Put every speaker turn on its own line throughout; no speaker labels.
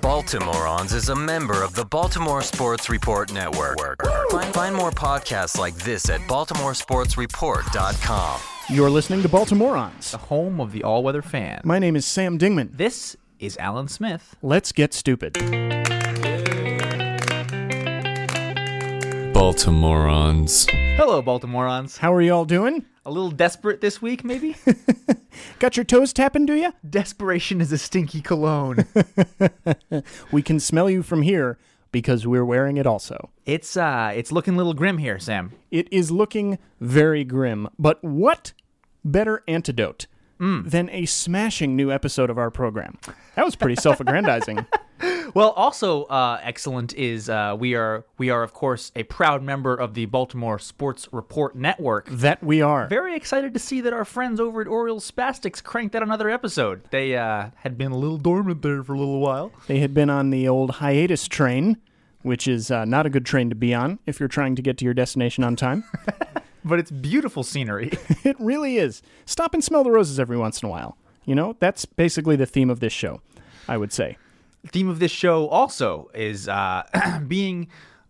Baltimoreans is a member of the Baltimore Sports Report Network. Find, find more podcasts like this at baltimoresportsreport.com.
You're listening to Baltimoreans.
the home of the all weather fan.
My name is Sam Dingman.
this is Alan Smith.
Let's get stupid.
Baltimoreans.
Hello, Baltimoreans.
How are y'all doing?
A little desperate this week, maybe?
Got your toes tapping, do ya?
Desperation is a stinky cologne.
We can smell you from here because we're wearing it also.
it's uh it's looking a little grim here, Sam.
It is looking very grim, but what better antidote than a smashing new episode of our program? That was pretty self aggrandizing.
Well, also uh, excellent is uh, we are we are of course a proud member of the Baltimore Sports Report Network.
that we are.
Very excited to see that our friends over at Orioles Spastics cranked out another episode. They uh, had been a little dormant there for a little while.
They had been on the old hiatus train, which is uh, not a good train to be on if you're trying to get to your destination on time.
But it's beautiful scenery.
It really is. Stop and smell the roses every once in a while. You know, that's basically the theme of this show, I would say.
theme of this show also is uh, being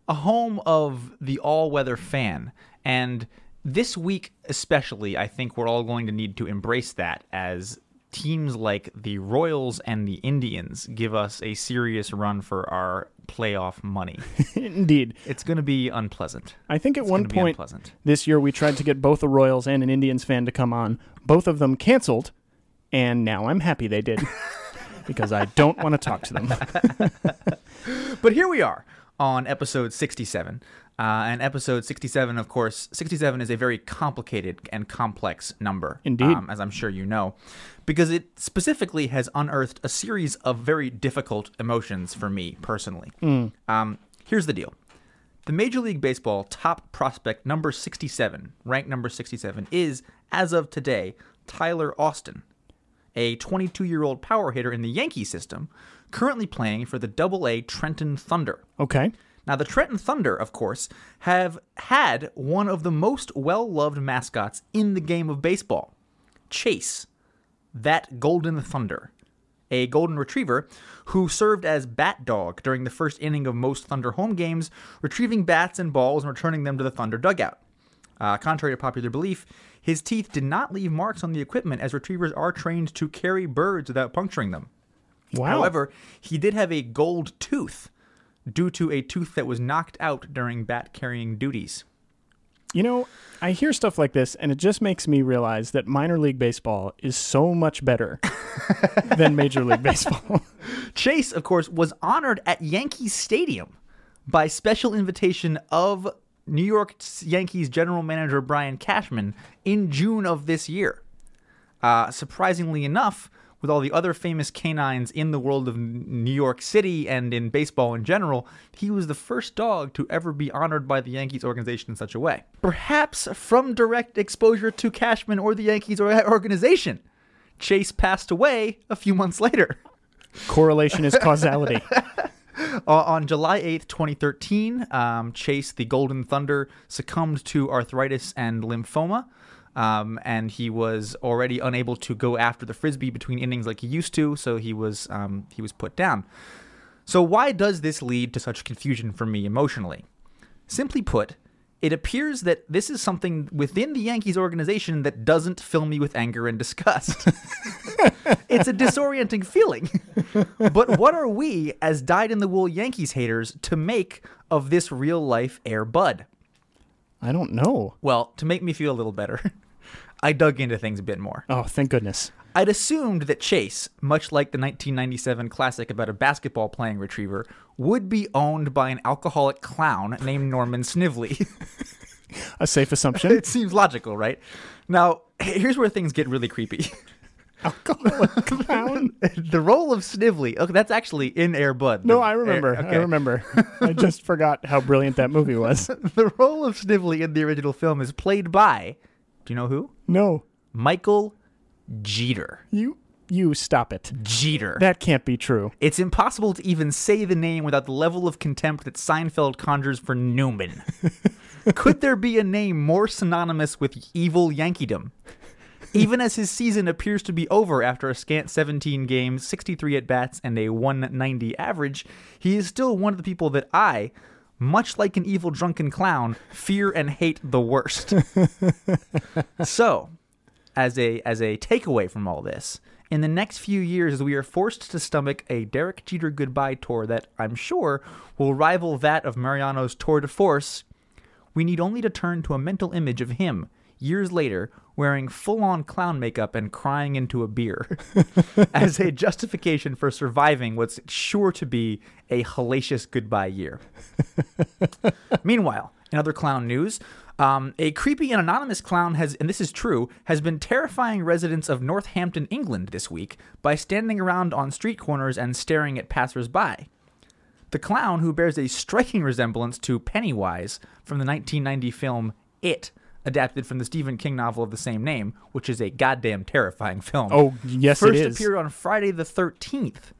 a home of the all-weather fan and this week especially i think we're all going to need to embrace that as teams like the royals and the indians give us a serious run for our playoff money
Indeed.
it's going to be unpleasant
I think at one
gonna be
point
unpleasant.
this year we tried to get both a Royals and an Indians fan to come on. Both of them canceled, and now I'm happy they did because I don't want to talk to them.
but here we are on episode 67 uh, and episode 67 of course 67 is a very complicated and complex number um,
Indeed.
as i'm sure you know because it specifically has unearthed a series of very difficult emotions for me personally um, here's the deal the Major League Baseball top prospect number 67, ranked number 67, is, as of today, Tyler Austin, a 22 year old power hitter in the Yankee system, currently playing for the Double A Trenton Thunder.
Okay.
Now, the Trenton Thunder, of course, have had one of the most well loved mascots in the game of baseball Chase, that Golden Thunder, a golden retriever who served as bat dog during the first inning of most Thunder home games, retrieving bats and balls and returning them to the Thunder dugout. Uh, contrary to popular belief, his teeth did not leave marks on the equipment as retrievers are trained to carry birds without puncturing them.
Wow.
However, he did have a gold tooth due to a tooth that was knocked out during bat carrying duties.
you know, I hear stuff like this, and it just makes me realize that minor league baseball is so much better than major league baseball.
Chase, of course, was honored at Yankee Stadium by special invitation of New York Yankees general manager Brian Cashman in June of this year. Uh, surprisingly enough, with all the other famous canines in the world of N- New York City and in baseball in general, he was the first dog to ever be honored by the Yankees organization in such a way. Perhaps from direct exposure to Cashman or the Yankees or- organization, Chase passed away a few months later.
Correlation is causality.
Uh, on July 8th, 2013, um, Chase the Golden Thunder succumbed to arthritis and lymphoma. Um, and he was already unable to go after the frisbee between innings like he used to, so he was um, he was put down. So why does this lead to such confusion for me emotionally? Simply put, it appears that this is something within the Yankees organization that doesn't fill me with anger and disgust. it's a disorienting feeling. but what are we, as dyed in the wool Yankees haters, to make of this real life Air Bud?
I don't know.
Well, to make me feel a little better, I dug into things a bit more.
Oh, thank goodness.
I'd assumed that Chase, much like the 1997 classic about a basketball playing retriever, would be owned by an alcoholic clown named Norman Snively.
A safe assumption.
it seems logical, right? Now, here's where things get really creepy.
Alcoholic clown.
the role of Snively, okay, that's actually in Air Bud.
No,
The-
I remember.
Air-
I remember. I just forgot how brilliant that movie was.
The role of Snively in the original film is played by, do you know who?
No,
Michael Jeter.
you you stop it.
Jeter.
That can't be true.
it's impossible to even say the name without the level of contempt that Seinfeld conjures for Newman. Could there be a name more synonymous with evil Yankeedom? even as his season appears to be over after a scant 17 games, 63 at bats, and a 190 average, he is still one of the people that I, much like an evil drunken clown, fear and hate the worst. so, as a as a takeaway from all this, in the next few years we are forced to stomach a Derek Jeter goodbye tour that I'm sure will rival that of Mariano's tour de force. We need only to turn to a mental image of him years later wearing full-on clown makeup and crying into a beer as a justification for surviving what's sure to be a hellacious goodbye year. Meanwhile, in other clown news, um, a creepy and anonymous clown has, and this is true, has been terrifying residents of Northampton, England this week by standing around on street corners and staring at passersby. The clown, who bears a striking resemblance to Pennywise from the 1990 film It, adapted from the Stephen King novel of the same name, which is a goddamn terrifying film.
Oh, yes, it
first
is.
appeared on Friday the 13th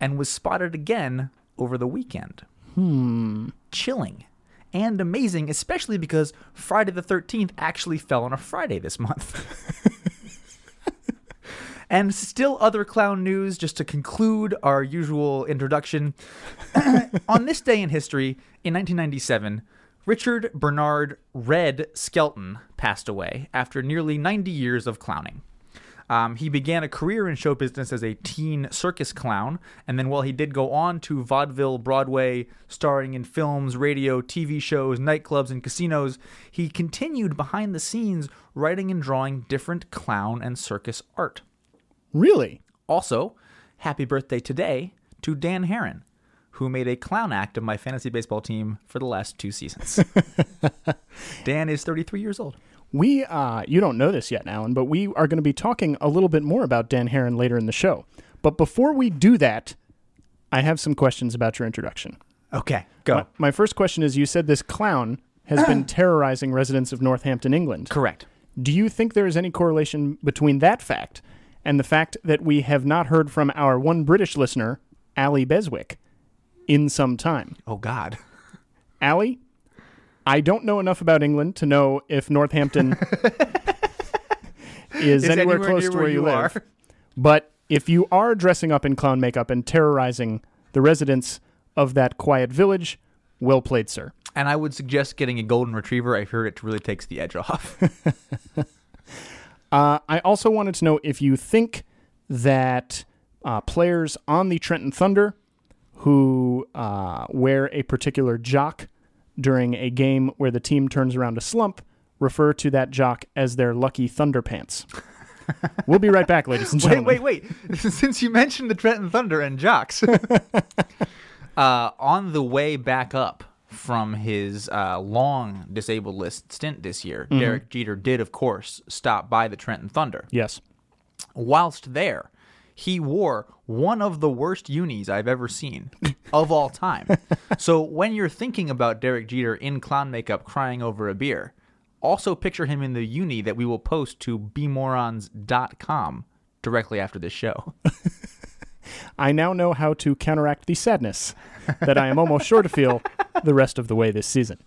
and was spotted again over the weekend chilling and amazing, especially because Friday the 13th actually fell on a Friday this month. and still other clown news, just to conclude our usual introduction. on this day in history, in 1997, Richard Bernard Red Skelton passed away after nearly 90 years of clowning. Um, he began a career in show business as a teen circus clown, and then while he did go on to vaudeville, Broadway, starring in films, radio, TV shows, nightclubs, and casinos, he continued behind the scenes writing and drawing different clown and circus art.
Really?
Also, happy birthday today to Dan Heron, who made a clown act of my fantasy baseball team for the last two seasons. Dan is 33 years old.
We, uh, you don't know this yet, Alan, but we are going to be talking a little bit more about Dan Heron later in the show. But before we do that, I have some questions about your introduction.
Okay, go.
My, my first question is you said this clown has been terrorizing residents of Northampton, England.
Correct.
Do you think there is any correlation between that fact and the fact that we have not heard from our one British listener, Ali Beswick, in some time?
Oh, God.
Ali, I don't know enough about England to know if Northampton is, anywhere, close
near
to where you, live. But if you are dressing up in clown makeup and terrorizing the residents of that quiet village, well played, sir.
And I would suggest getting a golden retriever. I've heard it really takes the edge off.
Uh, I also wanted to know if you think that uh, players on the Trenton Thunder who uh, wear a particular jock during a game where the team turns around a slump refer to that jock as their lucky Thunder pants. we'll be right back, ladies and
wait,
gentlemen.
wait, wait. Since you mentioned the Trenton Thunder and Jocks, uh, on the way back up from his uh, long disabled list stint this year, Derek Jeter did, of course, stop by the Trenton Thunder.
Yes.
Whilst there, he wore one of the worst unis I've ever seen of all time. so when you're thinking about Derek Jeter in clown makeup crying over a beer, also picture him in the uni that we will post to bmorons.com directly after this show.
I now know how to counteract the sadness that I am almost sure to feel the rest of the way this season.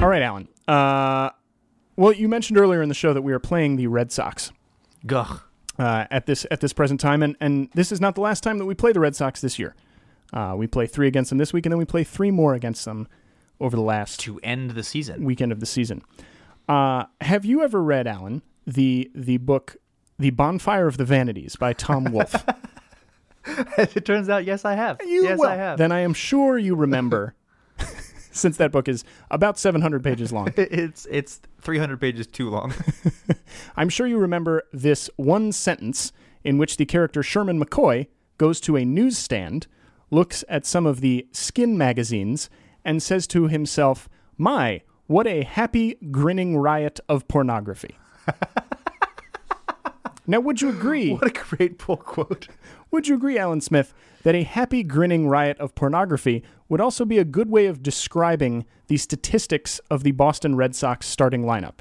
All right, Alan. Uh, well, you mentioned earlier in the show that we are playing the Red Sox
Gah.
uh, at this at this present time, and and this is not the last time that we play the Red Sox this year. Uh, we play three against them this week, and then we play three more against them over the last
To end the season.
weekend of the season. Uh, have you ever read Alan the the book The Bonfire of the Vanities by Tom Wolfe?
it turns out, yes, I have.
You
yes,
will.
I have.
Then I am sure you remember, since that book is about 700 pages long.
it's it's 300 pages too long.
I'm sure you remember this one sentence in which the character Sherman McCoy goes to a newsstand, looks at some of the skin magazines, and says to himself, My, what a happy, grinning riot of pornography. now, would you agree?
what a great pull quote.
Would you agree, Alan Smith, that a happy, grinning riot of pornography would also be a good way of describing the statistics of the Boston Red Sox starting lineup?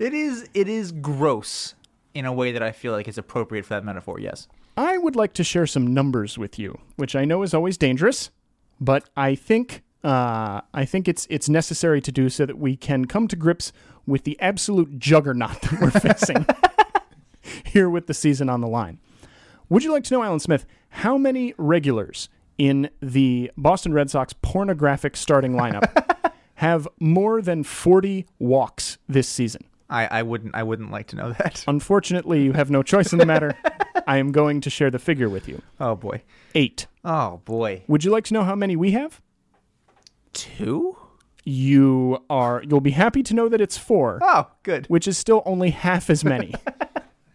It is it is gross in a way that I feel like is appropriate for that metaphor. Yes.
I would like to share some numbers with you, which I know is always dangerous, but I think uh, I think it's it's necessary to do so that we can come to grips with the absolute juggernaut that we're facing here with the season on the line. Would you like to know, Alan Smith, how many regulars in the Boston Red Sox pornographic starting lineup have more than 40 walks this season?
I, I wouldn't I wouldn't like to know that.
Unfortunately, you have no choice in the matter. I am going to share the figure with you.
Oh boy.
Eight.
Oh boy.
Would you like to know how many we have?
Two?
You are you'll be happy to know that it's four,
Oh, good.
which is still only half as many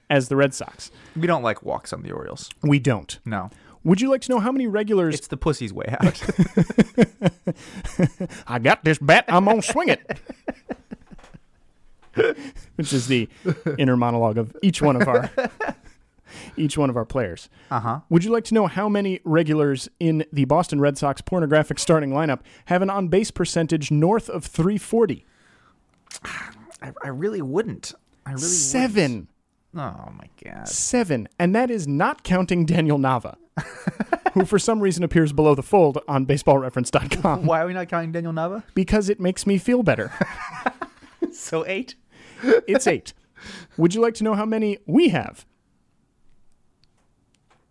as the Red Sox.
We don't like walks on the Orioles.
We don't.
No.
Would you like to know how many regulars
It's the pussy's way out.
I got this bat. I'm gonna swing it. Which is the inner monologue of each one of our each one of our players.
uh-huh.
Would you like to know how many regulars in the Boston Red Sox pornographic starting lineup have an on base percentage north of 340?
I, I really wouldn't. I really
Seven.
Wouldn't. Oh my god.
Seven. And that is not counting Daniel Nava, who for some reason appears below the fold on baseballreference.com
Why are we not counting Daniel Nava?
because it makes me feel better.
So eight?
It's eight. Would you like to know how many we have?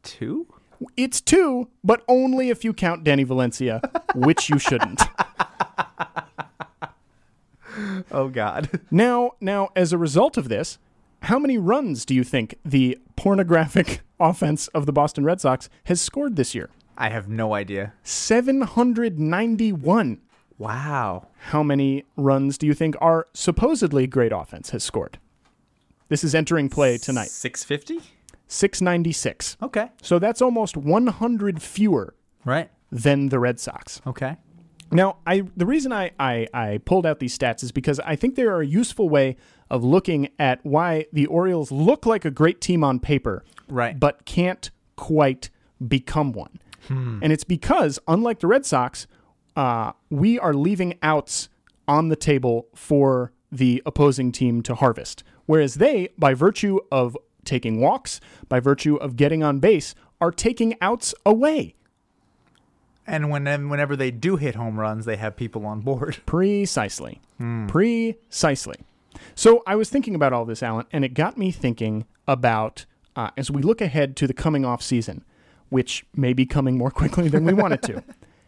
Two?
It's two, but only if you count Danny Valencia, which you shouldn't.
Oh god.
now, now, as a result of this, how many runs do you think the pornographic offense of the Boston Red Sox has scored this year?
I have no idea.
791.
Wow.
How many runs do you think our supposedly great offense has scored? This is entering play tonight.
Six fifty?
696.
Okay.
So that's almost 100 fewer
Right.
than the Red Sox.
Okay.
Now, I the reason I, I, I pulled out these stats is because I think they are a useful way of looking at why the Orioles look like a great team on paper,
Right.
but can't quite become one. And it's because, unlike the Red Sox, uh, we are leaving outs on the table for the opposing team to harvest. Whereas they, by virtue of taking walks, by virtue of getting on base, are taking outs away.
And when whenever they do hit home runs, they have people on board.
Precisely. Precisely. So I was thinking about all this, Alan, and it got me thinking about uh, as we look ahead to the coming off season, which may be coming more quickly than we want it to.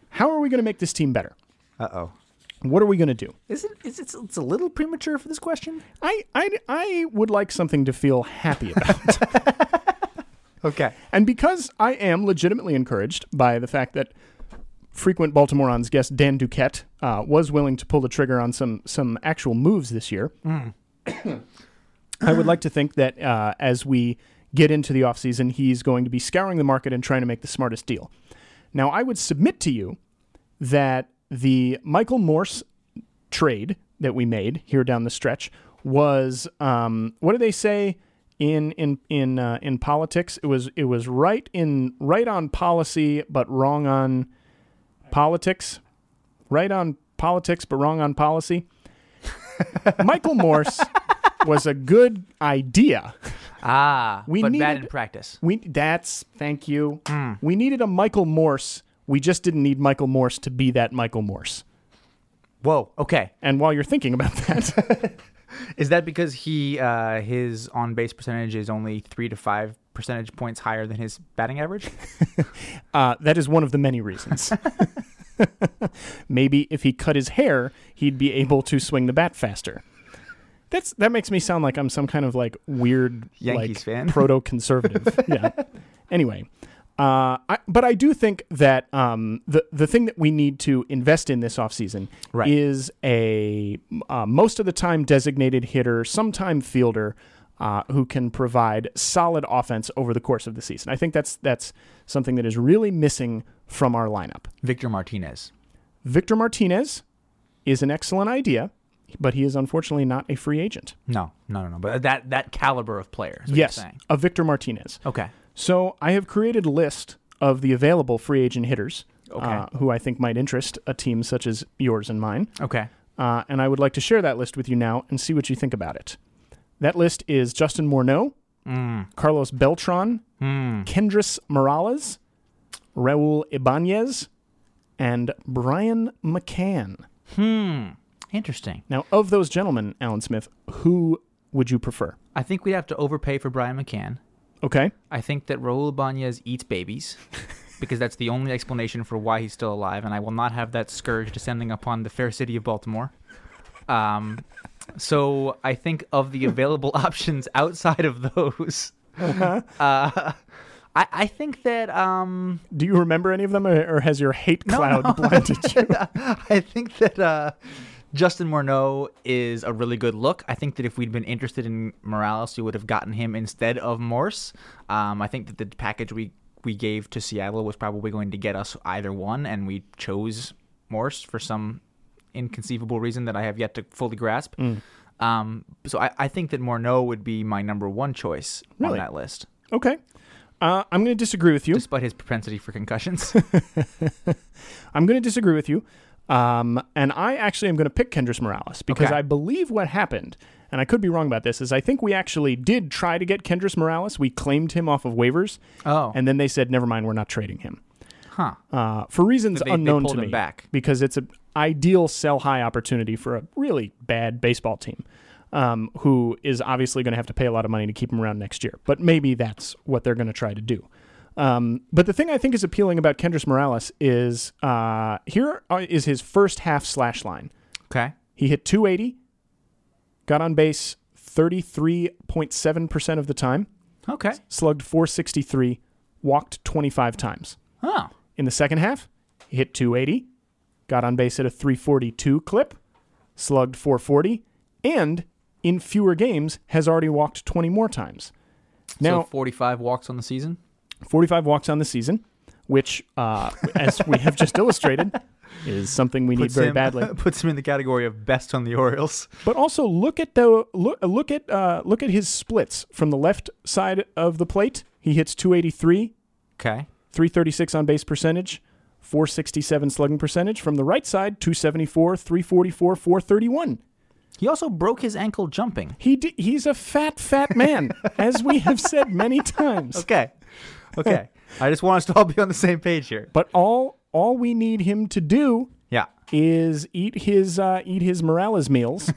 How are we going to make this team better?
Uh oh.
What are we going to do?
Is it is it it's a little premature for this question?
I, I, I would like something to feel happy about.
Okay.
and because I am legitimately encouraged by the fact that frequent Baltimoreans guest Dan Duquette uh, was willing to pull the trigger on some some actual moves this year. I would like to think that uh, as we get into the offseason, he's going to be scouring the market and trying to make the smartest deal. Now, I would submit to you that the Michael Morse trade that we made here down the stretch was um, what do they say in in in uh, in politics? It was it was right in right on policy, but wrong on politics. Right on politics, but wrong on policy. Michael Morse was a good idea.
Ah,
We
but bad
needed-
in practice.
We that's thank you. We needed a Michael Morse. We just didn't need Michael Morse to be that Michael Morse.
Whoa. Okay.
And while you're thinking about that,
Is that because he uh, his on base percentage is only three to five percentage points higher than his batting average?
uh, that is one of the many reasons. Maybe if he cut his hair, he'd be able to swing the bat faster. That's that makes me sound like I'm some kind of like weird
Yankees
like,
fan.
proto conservative. yeah. Anyway, uh, I, but I do think that um, the the thing that we need to invest in this offseason
Right.
is a uh, most of the time designated hitter, sometime fielder. Uh, who can provide solid offense over the course of the season? I think that's that's something that is really missing from our lineup.
Victor Martinez.
Victor Martinez is an excellent idea, but he is unfortunately not a free agent.
No, no, no, no. But that that caliber of player. Is what
yes,
You're saying.
a Victor Martinez.
Okay.
So I have created a list of the available free agent hitters
Okay.
uh, who I think might interest a team such as yours and mine.
Okay.
Uh, and I would like to share that list with you now and
Mm,
see what you think about it. That list is Justin Morneau, Carlos Beltran,
hmm.
Kendris Morales, Raul Ibanez, and Brian McCann.
Interesting.
Now, of those gentlemen, Alan Smith, who would you prefer?
I think we'd have to overpay for Brian McCann.
Okay.
I think that Raul Banez eats babies because that's the only explanation for why he's still alive, and I will not have that scourge descending upon the fair city of Baltimore. Um, so I think of the available options outside of those. Uh, I, I think that um,
Do you remember any of them, or, or has your hate
No,
cloud
no.
blinded you?
I think that uh, Justin Morneau is a really good look. I think that if we'd been interested in Morales, we would have gotten him instead of Morse. Um, I think that the package we we gave to Seattle was probably going to get us either one, and we chose Morse for some inconceivable reason that I have yet to fully grasp.
Mm.
Um, so I, I think that Morneau would be my number one choice
Really?
on that list,
Okay. Uh, I'm going to disagree with you.
despite his propensity for concussions.
I'm going to disagree with you. Um, and I actually am going to pick Kendris Morales because
Okay.
I believe what happened, and I could be wrong about this, is I think we actually did try to get Kendris Morales. We claimed him off of waivers,
oh,
and then they said, never mind, we're not trading him.
huh.
Uh, for reasons
They- they
unknown
pulled
to
him
me,
back.
because it's an ideal sell high opportunity for a really bad baseball team, um, who is obviously going to have to pay a lot of money to keep him around next year. But maybe that's what they're going to try to do. Um, but the thing I think is appealing about Kendris Morales is uh, here are- is his first half slash line.
Okay.
He hit 280, got on base 33.7% of the time,
Okay.
slugged 463, walked 25 times.
Oh.
In the second half, he hit 280, got on base at a 342 clip, slugged 440, and in fewer games has already walked 20 more times.
Now,
Now,
so 45 walks on the season.
45 walks on the season, which, uh, as we have just illustrated, is something we need
Puts
very
him-
badly.
puts him in the category of best on the Orioles.
But also look at the look look at uh, look at his splits from the left side of the plate. He hits 283,
Okay.
336 on base percentage, 467 slugging percentage. From the right side, 274, 344, 431.
He also broke his ankle jumping.
He d- he's a fat, fat man, as we have said many times.
Okay. Okay. I just want us to all be on the same page here.
But all all we need him to do
Yeah.
is eat his uh, eat his Morales meals,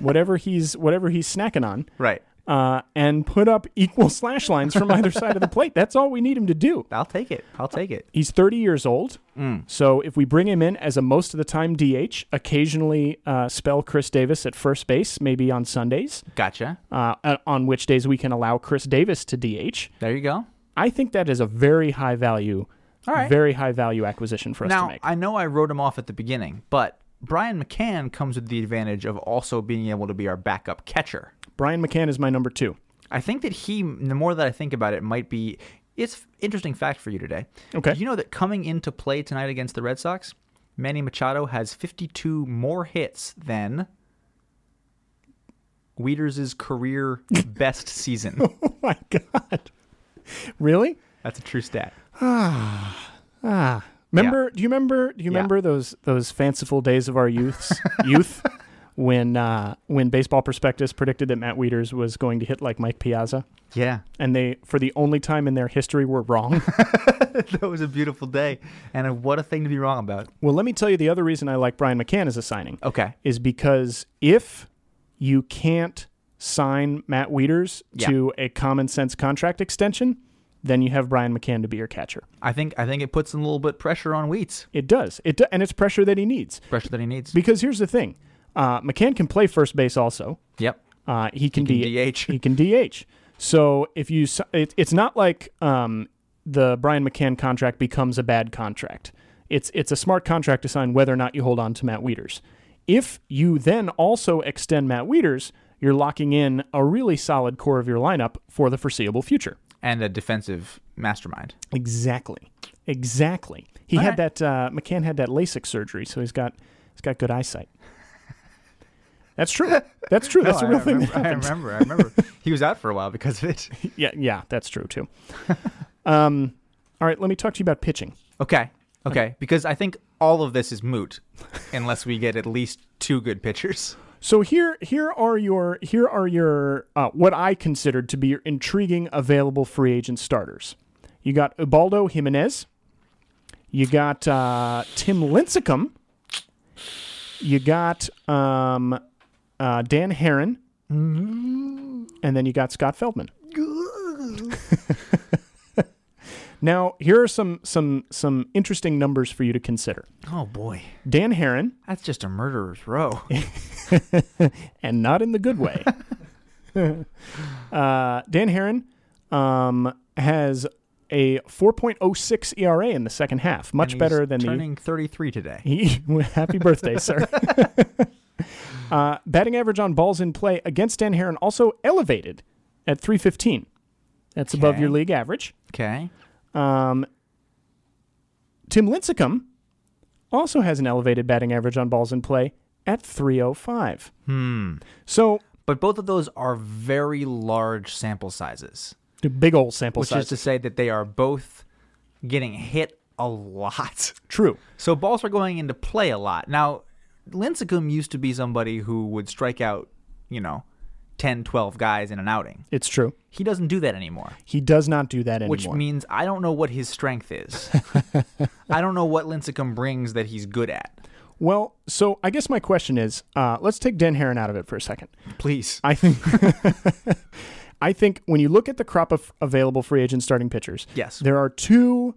whatever he's whatever he's snacking on,
Right.
uh, and put up equal slash lines from either side of the plate. That's all we need him to do.
I'll take it. I'll take it.
He's 30 years old.
Mm.
So if we bring him in as a most of the time DH, occasionally uh, spell Chris Davis at first base, maybe on Sundays,
Gotcha.
uh, uh, on which days we can allow Chris Davis to DH.
There you go.
I think that is a very high value,
All right.
very high value acquisition for us to
Now,
make.
I know I wrote him off at the beginning, but Brian McCann comes with the advantage of also being able to be our backup catcher.
Brian McCann is my number two.
I think that he, the more that I think about it, might be. It's f- interesting fact for you today.
Okay.
Did you know that coming into play tonight against the Red Sox, Manny Machado has 52 more hits than Weeders' career best season.
Oh my God. Really?
That's a true stat.
Ah. Remember? Do you remember? Do you
Yeah.
remember those those fanciful days of our youths, youth, when uh, when Baseball Prospectus predicted that Matt Wieters was going to hit like Mike Piazza,
Yeah,
and they, for the only time in their history, were wrong.
that was a beautiful day, and a, what a thing to be wrong about.
well, let me tell you the other reason I like Brian McCann as a signing
Okay.
is because if you can't sign Matt Wieters
Yeah.
to a common sense contract extension, then you have Brian McCann to be your catcher.
I think I think it puts a little bit pressure on Wheats,
It does. It do- and it's pressure that he needs.
pressure that he needs.
Because here's the thing, uh, McCann can play first base. Also,
yep.
uh, he can,
can
D-
DH.
He can DH. So if you, s- it, it's not like um, the Brian McCann contract becomes a bad contract. It's it's a smart contract to sign whether or not you hold on to Matt Wieters. If you then also extend Matt Wieters, you're locking in a really solid core of your lineup for the foreseeable future.
And a defensive mastermind.
Exactly. Exactly. He had that uh, McCann had that LASIK surgery, so he's got he's got good eyesight. That's true. That's true. That's
No,
a real
Oh, I
thing. that
remember, I
happened.
remember. I remember. he was out for a while because of it.
Yeah, yeah, that's true too. um, all right, let me talk to you about pitching.
Okay. Okay. Because I think all of this is moot unless we get at least two good pitchers.
So here here are your here are your uh, what I considered to be your intriguing available free agent starters. You got Ubaldo Jimenez. You got uh, Tim Lincecum. You got um, uh, Dan Heron. And then you got Scott Feldman. now, here are some some some interesting numbers for you to consider.
Oh boy,
Dan Heron,
that's just a murderer's row.
and not in the good way. uh, Dan Heron um, has a 4.06 ERA E in the second half, much
And
better
he's
than the
turning 33 today.
he, happy birthday, sir. uh, batting average on balls in play against Dan Heron also elevated at 315. That's above
Okay.
your league average.
Okay,
Um, Tim Lincecum also has an elevated batting average on balls in play at 305. Hmm. So,
but both of those are very large sample sizes,
the big old sample
which
size.
is to say that they are both getting hit a lot.
True.
So balls are going into play a lot. Now, Lincecum used to be somebody who would strike out, you know, 10, 12 guys in an outing.
It's true.
He doesn't do that anymore,
He does not do that anymore.
which means I don't know what his strength is. I don't know what Lincecum brings that he's good at.
well, so I guess my question is, uh, let's take Dan Heron out of it for a second.
Please.
I think I think when you look at the crop of available free agent starting pitchers,
Yes.
there are two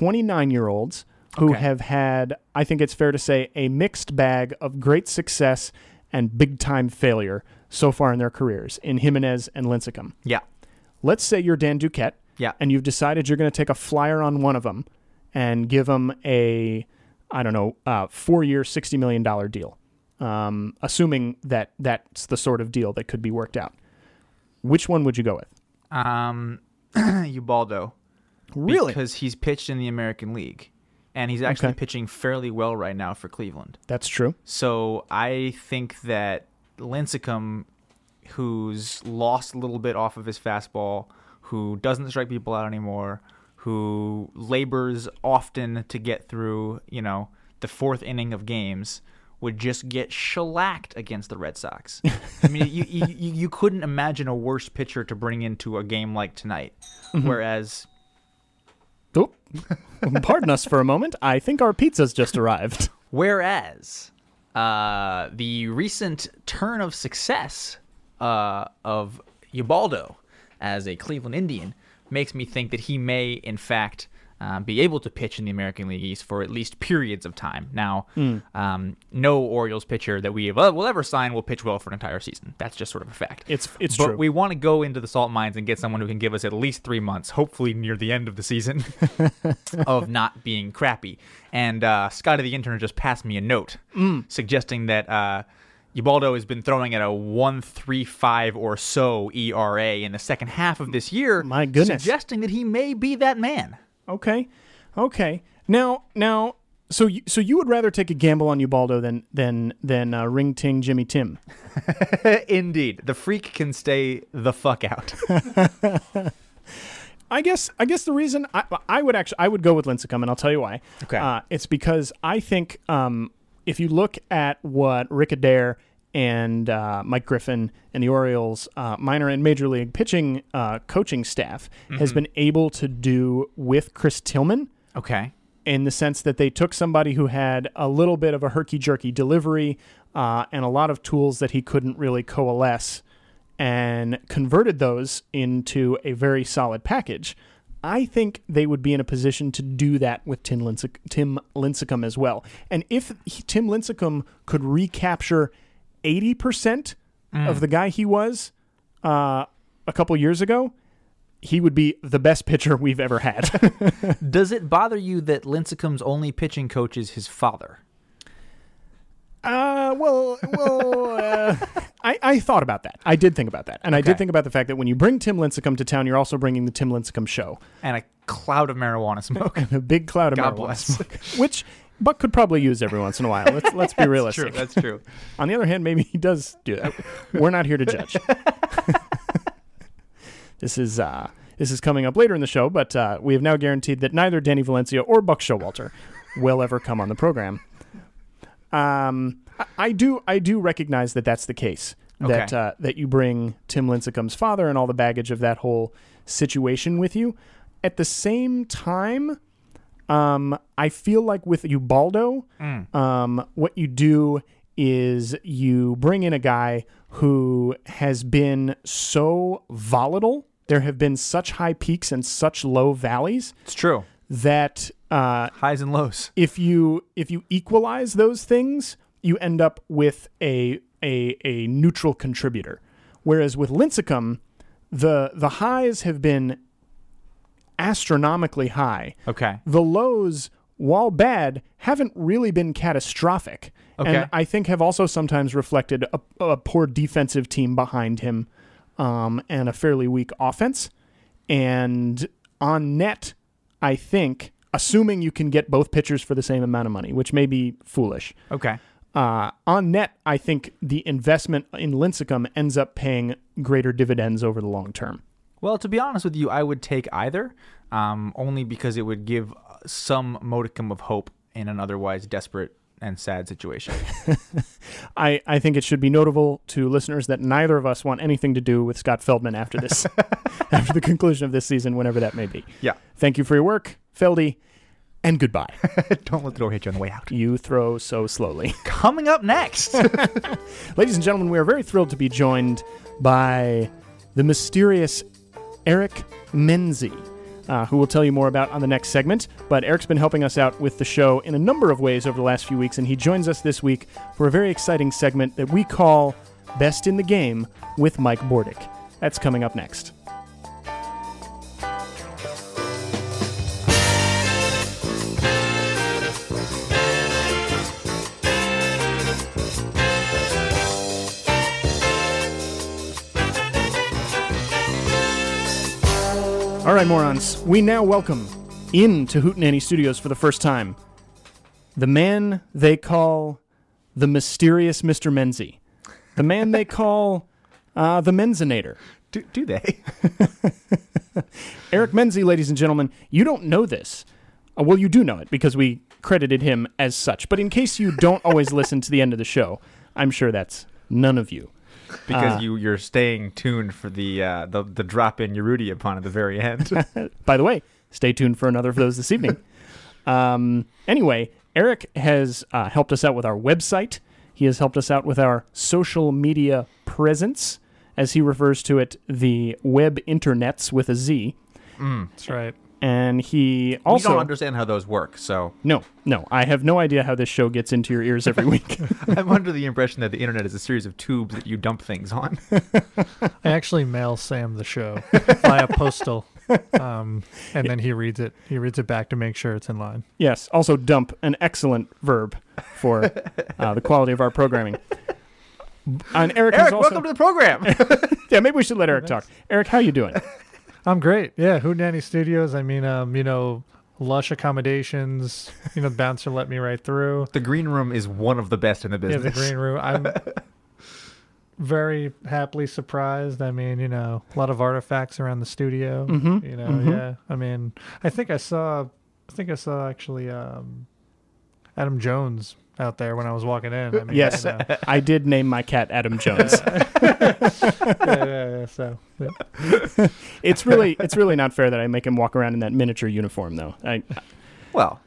29-year-olds who
Okay.
have had, I think it's fair to say, a mixed bag of great success and big-time failure so far in their careers in Jimenez and Lincecum.
Yeah.
Let's say you're Dan Duquette,
Yeah.
and you've decided you're going to take a flyer on one of them and give them a, I don't know, uh, four-year, sixty million dollar deal, um, assuming that that's the sort of deal that could be worked out. Which one would you go with?
Um, Ubaldo. Because he's pitched in the American League. And he's actually
Okay.
pitching fairly well right now for Cleveland.
That's true.
So I think that Lincecum, who's lost a little bit off of his fastball, who doesn't strike people out anymore, who labors often to get through, you know, the fourth inning of games, would just get shellacked against the Red Sox. I mean, you, you you you couldn't imagine a worse pitcher to bring into a game like tonight. Whereas
Oop. Pardon us for a moment. I think our pizza's just arrived.
Whereas uh, the recent turn of success uh, of Ubaldo as a Cleveland Indian makes me think that he may, in fact, uh, be able to pitch in the American League East for at least periods of time. Now, um, no Orioles pitcher that we uh, will ever sign will pitch well for an entire season. That's just sort of a fact.
It's it's
but
true.
we want to go into the salt mines and get someone who can give us at least three months, hopefully near the end of the season, of not being crappy. And uh, Scotty the intern just passed me a note
Mm.
suggesting that uh, Ubaldo has been throwing at a one three five or so ERA in the second half of this year.
My goodness.
suggesting that he may be that man.
okay, okay. Now now. So you, so you would rather take a gamble on Ubaldo than than than uh, Ring Ting Jimmy Tim? Uh,
Indeed, the freak can stay the fuck out.
I guess I guess the reason I, I would actually I would go with Lincecum, and I'll tell you why.
Okay.
Uh, it's because I think um, if you look at what Rick Adair and uh, Mike Griffin and the Orioles uh, minor and major league pitching uh, coaching staff has been able to do with Chris Tillman
okay.
in the sense that they took somebody who had a little bit of a herky jerky delivery uh, and a lot of tools that he couldn't really coalesce and converted those into a very solid package. I think they would be in a position to do that with Tim, Linsic- Tim Lincecum as well. And if he, Tim Lincecum could recapture 80% of the guy he was uh, a couple years ago, he would be the best pitcher we've ever had.
Does it bother you that Lincecum's only pitching coach is his father?
Uh, well, well, uh, I, I thought about that. I did think about that, and I did
Okay.
think about the fact that when you bring Tim Lincecum to town, you're also bringing the Tim Lincecum show,
And a cloud of marijuana smoke.
the big cloud of
God
marijuana
bless.
smoke, which Buck could probably use every once in a while. Let's let's be realistic.
True, that's true.
On the other hand, maybe he does do that. We're not here to judge. this is uh, this is coming up later in the show, but uh, we have now guaranteed that neither Danny Valencia or Buck Showalter will ever come on the program. Um, I, I do I do recognize that that's the case. That
Okay.
uh, that you bring Tim Lincecum's father and all the baggage of that whole situation with you. At the same time, um, I feel like with Ubaldo, um, what you do is you bring in a guy who has been so volatile. There have been such high peaks and such low valleys
It's true.
that uh,
Highs and lows.
if you if you equalize those things, you end up with a a, a neutral contributor. Whereas with Lincecum, the the highs have been astronomically high.
Okay.
The lows, while bad, haven't really been catastrophic,
Okay.
and I think have also sometimes reflected a, a poor defensive team behind him, um, and a fairly weak offense. And on net, I think, assuming you can get both pitchers for the same amount of money, which may be foolish,
Okay.
uh, on net, I think the investment in Lincecum ends up paying greater dividends over the long term.
Well, to be honest with you, I would take either, um, only because it would give uh, some modicum of hope in an otherwise desperate and sad situation.
I, I think it should be notable to listeners that neither of us want anything to do with Scott Feldman after this, after the conclusion of this season, whenever that may be.
yeah.
Thank you for your work, Feldy, and goodbye.
Don't let the door hit you on the way out.
you throw so slowly.
Coming up next.
Ladies and gentlemen, we are very thrilled to be joined by the mysterious Eric Menzi, uh, who we'll tell you more about on the next segment. But Eric's been helping us out with the show in a number of ways over the last few weeks, and he joins us this week for a very exciting segment that we call Best in the Game with Mike Bordick. That's coming up next. All right, morons, we now welcome into Hootenanny Studios for the first time the man they call the mysterious Mr. Menzi, the man they call uh, the Menzinator.
do, do they?
Eric Menzi, ladies and gentlemen, you don't know this. Uh, well, you do know it because we credited him as such. But in case you don't always listen to the end of the show, I'm sure that's none of you.
Because you you're staying tuned for the uh, the the drop in Yerudi upon at the very end.
By the way, stay tuned for another of those this evening. um, anyway, Eric has uh, helped us out with our website. He has helped us out with our social media presence, as he refers to it, the web internets with a Z.
That's right.
And he
Mm, we
also
don't understand how those work, so
no, no, I have no idea how this show gets into your ears every week.
I'm under the impression that the internet is a series of tubes that you dump things on.
I actually mail Sam the show via postal, um, and then he reads it. He reads it back to make sure it's in line.
Yes. Also, dump an excellent verb for uh, the quality of our programming. And Eric, has
Eric,
also,
welcome to the program.
yeah. Maybe we should let Eric talk. Eric, how you doing?
I'm great. Yeah, Hoot Nanny Studios. I mean, um, you know, lush accommodations. You know, the bouncer let me right through.
the green room is one of the best in the
Yeah,
business.
the green room. I'm very happily surprised. I mean, you know, a lot of artifacts around the studio. You know, yeah. I mean, I think I saw, I think I saw actually um, Adam Jones out there when I was walking in. I mean,
Yes,
you know,
I did name my cat Adam Jones.
yeah, yeah, yeah. So, yeah.
it's really, it's really not fair that I make him walk around in that miniature uniform, though. I,
Well,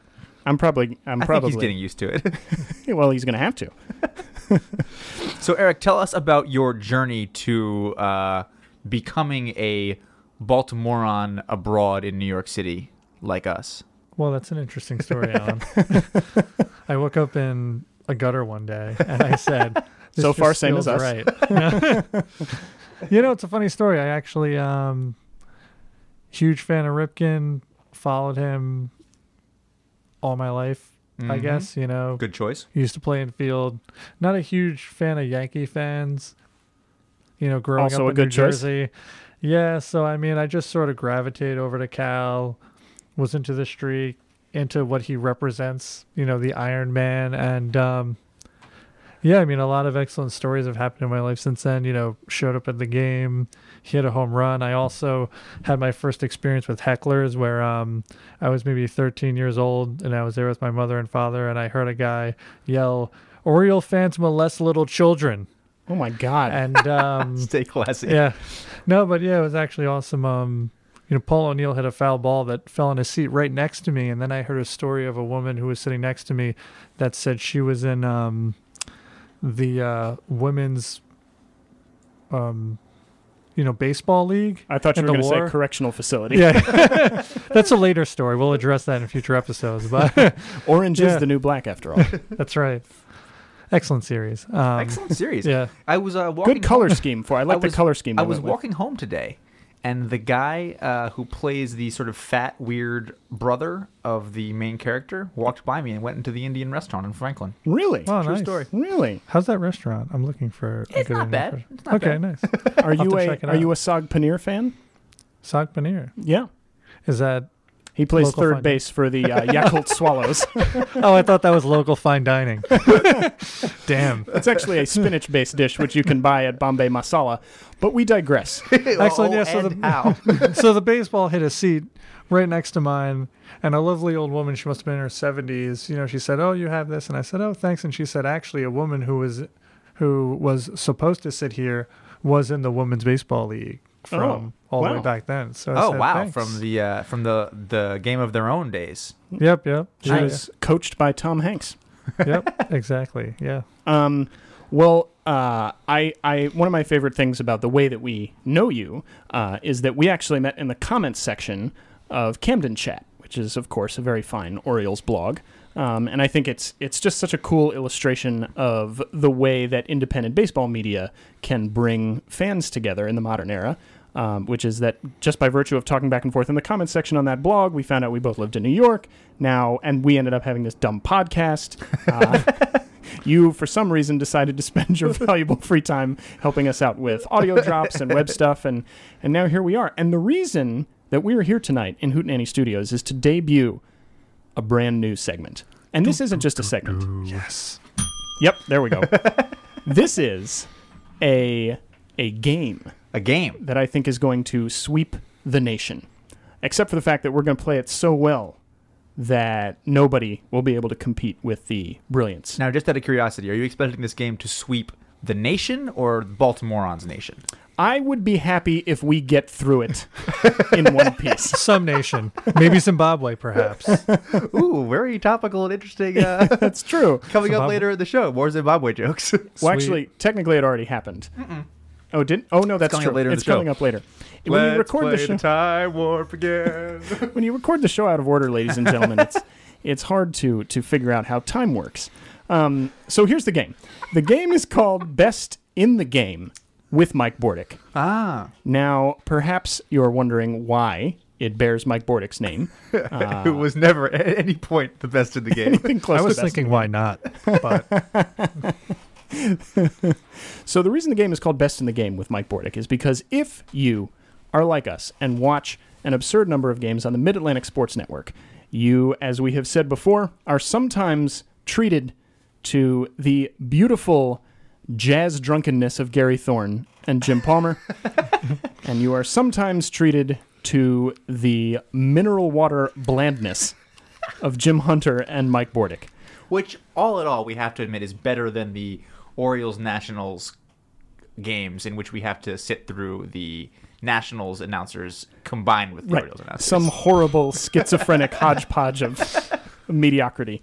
I'm probably, I'm
I
probably.
think he's getting used to it.
well, he's going to have to.
So, Eric, tell us about your journey to uh, becoming a Baltimorean abroad in New York City, like us.
Well, that's an interesting story, Alan. I woke up in a gutter one day and I said, this
So
just
far, same as
feels Right. you know, it's a funny story. I actually, um, huge fan of Ripkin, followed him all my life, I
Mhm.
guess, you know.
Good choice.
He used to play in field. Not a huge fan of Yankee fans. You know, growing
Also
up
a
in
good
New
choice.
Jersey. Yeah, so I mean, I just sort of gravitate over to Cal, was into the streak, into what he represents. You know, the Iron Man, and um, yeah, I mean, a lot of excellent stories have happened in my life since then. You know, showed up at the game, hit a home run. I also had my first experience with hecklers where um, I was maybe 13 years old and I was there with my mother and father, and I heard a guy yell, Oriole fans molest little children.
Oh my god.
And um,
Stay classy.
yeah, no, but yeah, it was actually awesome. Um, you know, Paul O'Neill had a foul ball that fell in a seat right next to me, and then I heard a story of a woman who was sitting next to me that said she was in um, the uh, women's, um, you know, baseball league.
I thought you
and
were
the
going to say
war.
correctional facility.
Yeah, that's a later story. We'll address that in future episodes, but
Orange
Yeah.
is the new black after all.
that's right. Excellent series. Um,
Excellent series.
Yeah.
I was uh, walking.
Good color scheme for. I like
I was-
the color scheme.
I
they
was
went with.
walking home today, and the guy uh, who plays the sort of fat, weird brother of the main character walked by me and went into the Indian restaurant in Franklin.
Really?
Oh,
True
nice.
story.
Really?
How's that restaurant? I'm looking for. a
It's
good
not
Indian
bad.
restaurant.
It's not
okay,
bad.
nice.
Are
have
you
to
a
check it
are you
out.
a Sog Paneer fan?
Sock paneer.
Yeah.
Is that?
He plays
Local
third
fun.
base for the uh, Yakult Swallows.
Oh, I thought that was local fine dining. Damn.
It's actually a spinach-based dish which you can buy at Bombay Masala, but we digress.
Excellent, yeah, so
and
the-
how?
So the baseball hit a seat right next to mine, and a lovely old woman. She must have been in her seventies. You know, she said, "Oh, you have this," and I said, "Oh, thanks." And she said, "Actually, a woman who was, who was supposed to sit here, was in the women's baseball league from
Oh,
all the
wow.
way back then." So I
oh
said,
wow!
"Thanks."
From the uh, from the the game of their own days.
yep, yep,
She
yeah,
was coached by Tom Hanks.
yep, exactly, yeah.
Um, well, uh, I, I, one of my favorite things about the way that we know you uh, is that we actually met in the comments section of Camden Chat, which is, of course, a very fine Orioles blog. Um, and I think it's it's just such a cool illustration of the way that independent baseball media can bring fans together in the modern era. Um, which is that just by virtue of talking back and forth in the comments section on that blog, we found out we both lived in New York now, and we ended up having this dumb podcast. Uh, you for some reason decided to spend your valuable free time helping us out with audio drops and web stuff and and now here we are and the reason that we are here tonight in hootenanny studios is to debut a brand new segment and this isn't just a segment
Yes.
yep there we go this is a a game
A game.
that i think is going to sweep the nation except for the fact that we're going to play it so well that nobody will be able to compete with the brilliance
Now, just out of curiosity, are you expecting this game to sweep the nation or Baltimoreans nation?
I would be happy if we get through it in one piece.
Some nation, maybe Zimbabwe, perhaps.
Ooh, very topical and interesting. Uh,
That's true.
coming up
Zimbabwe.
later in the show, more Zimbabwe jokes.
Well,
Sweet.
actually, technically, it already happened. Oh, it didn't? Oh no, that's
coming
true.
up later in
it's
the show.
coming up later. when you record the show,
time warp again.
when you record the show out of order, ladies and gentlemen, it's it's hard to to figure out how time works. Um, so here's the game. The game is called Best in the Game with Mike Bordick.
ah,
Now, perhaps you're wondering why it bears Mike Bordick's name.
who was never at any point the best in the game.
Anything close
I
to
was
best.
thinking, why not? But
So the reason the game is called Best in the Game with Mike Bordick is because if you are like us and watch an absurd number of games on the Mid Atlantic Sports Network, you, as we have said before, are sometimes treated to the beautiful jazz drunkenness of Gary Thorne and Jim Palmer, and you are sometimes treated to the mineral water blandness of Jim Hunter and Mike Bordick.
Which, all in all, we have to admit is better than the Orioles Nationals games in which we have to sit through the Nationals announcers combined with the Orioles announcers.
Some horrible schizophrenic hodgepodge of mediocrity,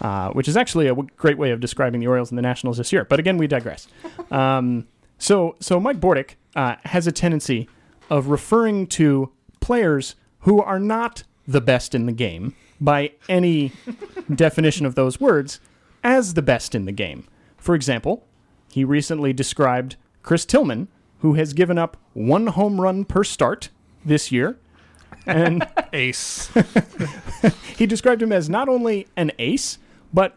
uh, which is actually a w- great way of describing the Orioles and the Nationals this year. But again, we digress. Um, so, so Mike Bordick uh, has a tendency of referring to players who are not the best in the game by any definition of those words as the best in the game. For example, he recently described Chris Tillman, who has given up one home run per start this year, and
ace.
he described him as not only an ace, but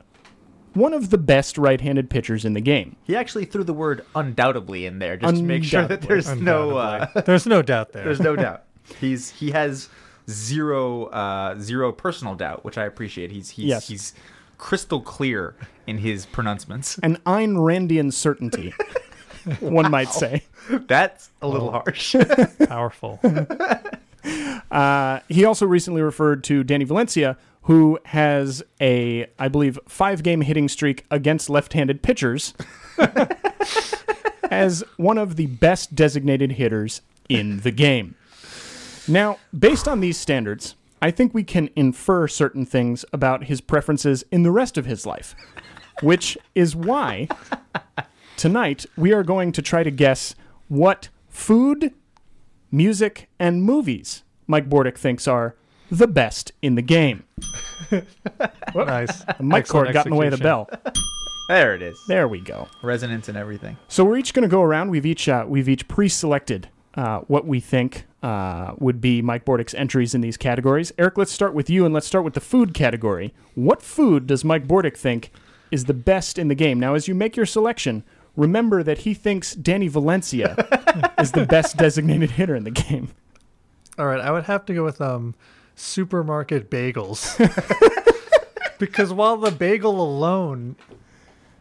one of the best right-handed pitchers in the game.
He actually threw the word undoubtedly in there just to make sure that
Undoubtedly.
there's no uh,
There's no doubt there.
there's no doubt. He's he has zero uh, zero personal doubt, which I appreciate. He's he's
Yes.
he's crystal clear in his pronouncements.
An Ayn Randian certainty, one might say.
That's a little
Oh.
harsh.
powerful.
Uh, he also recently referred to Danny Valencia, who has a, I believe, five game hitting streak against left handed pitchers as one of the best designated hitters in the game. Now, based on these standards, I think we can infer certain things about his preferences in the rest of his life, which is why tonight we are going to try to guess what food, music, and movies Mike Bordick thinks are the best in the game.
Nice.
Mike Cord got in the way of the bell.
There it is.
There we go.
Resonance and everything.
So we're each going to go around. We've each uh, we've each pre-selected uh, what we think uh, would be Mike Bordick's entries in these categories. Eric, let's start with you, and let's start with the food category. What food does Mike Bordick think is the best in the game? Now, as you make your selection, remember that he thinks Danny Valencia is the best designated hitter in the game.
All right, I would have to go with um, supermarket bagels. because while the bagel alone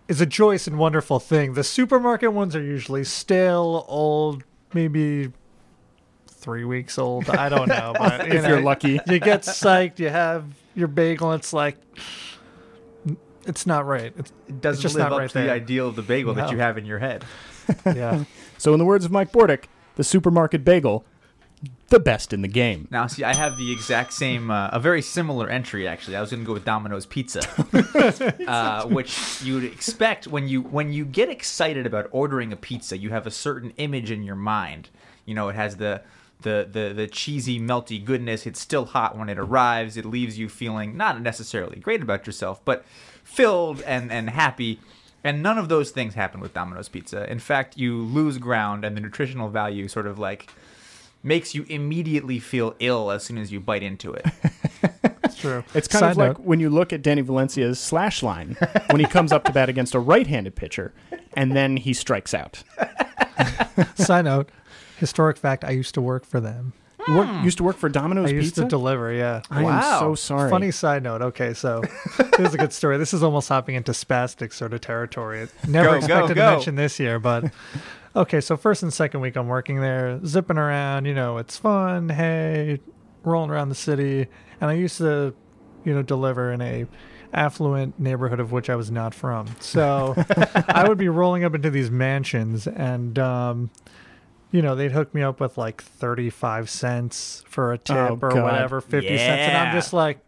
is a joyous and wonderful thing, the supermarket ones are usually stale, old, maybe three weeks old. I don't know. But, you
If you're
know,
lucky.
You get psyched, you have your bagel, and it's like, it's not right. It's,
It doesn't
It's just
live
not
up
right
to the
there.
ideal of the bagel that
No.
you have in your head.
yeah.
So, in the words of Mike Bordick, the supermarket bagel, the best in the game.
Now, see, I have the exact same, uh, a very similar entry actually. I was going to go with Domino's Pizza, uh, which you'd expect when you when you get excited about ordering a pizza. You have a certain image in your mind. You know, it has the the the, the cheesy, melty goodness. It's still hot when it arrives. It leaves you feeling not necessarily great about yourself, but filled and and happy. And none of those things happen with Domino's Pizza. In fact, you lose ground, and the nutritional value sort of like makes you immediately feel ill as soon as you bite into it.
It's true.
It's kind
Side
of like
note,
when you look at Danny Valencia's slash line when he comes up to bat against a right-handed pitcher, and then he strikes out.
side note. Historic fact: I used to work for them.
You Work, used to work for Domino's
Hmm. I used
Pizza.
to deliver. Yeah.
I am
Wow.
so sorry.
Funny side note. Okay, so this is a good story. This is almost hopping into spastic sort of territory. Never
Go, go,
expected
go.
to mention this year, but okay. So first and second week, I'm working there, zipping around. You know, it's fun. Hey, rolling around the city, and I used to, you know, deliver in a affluent neighborhood of which I was not from. So I would be rolling up into these mansions and. um you know, they'd hook me up with like 35 cents for a tip
Oh,
or
God.
whatever, 50 cents. And I'm
Yeah.
just like,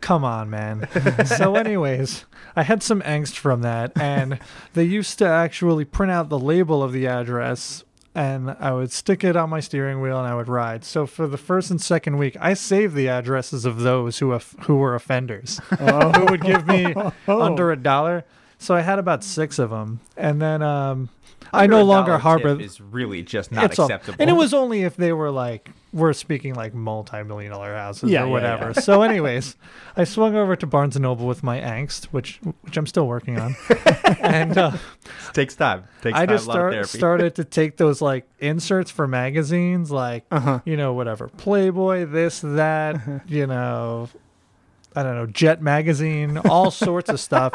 come on, man. so, anyways, I had some angst from that. And they used to actually print out the label of the address and I would stick it on my steering wheel and I would ride. So, for the first and second week, I saved the addresses of those who, of- who were offenders
Oh.
who would give me under a dollar. So, I had about six of them. And then um, I no
Your
longer
dollar
harbor.
tip is really just not
It's all-
acceptable.
and it was only if they were like we're speaking like multi-million dollar houses
Yeah, yeah,
or whatever.
yeah.
So, anyways, I swung over to Barnes and Noble with my angst, which which I'm still working on, and uh,
takes time. Takes
I
time.
just
a lot of
start,
therapy.
started to take those like inserts for magazines, like
Uh-huh.
you know whatever Playboy, this that, you know, I don't know Jet magazine, all sorts of stuff.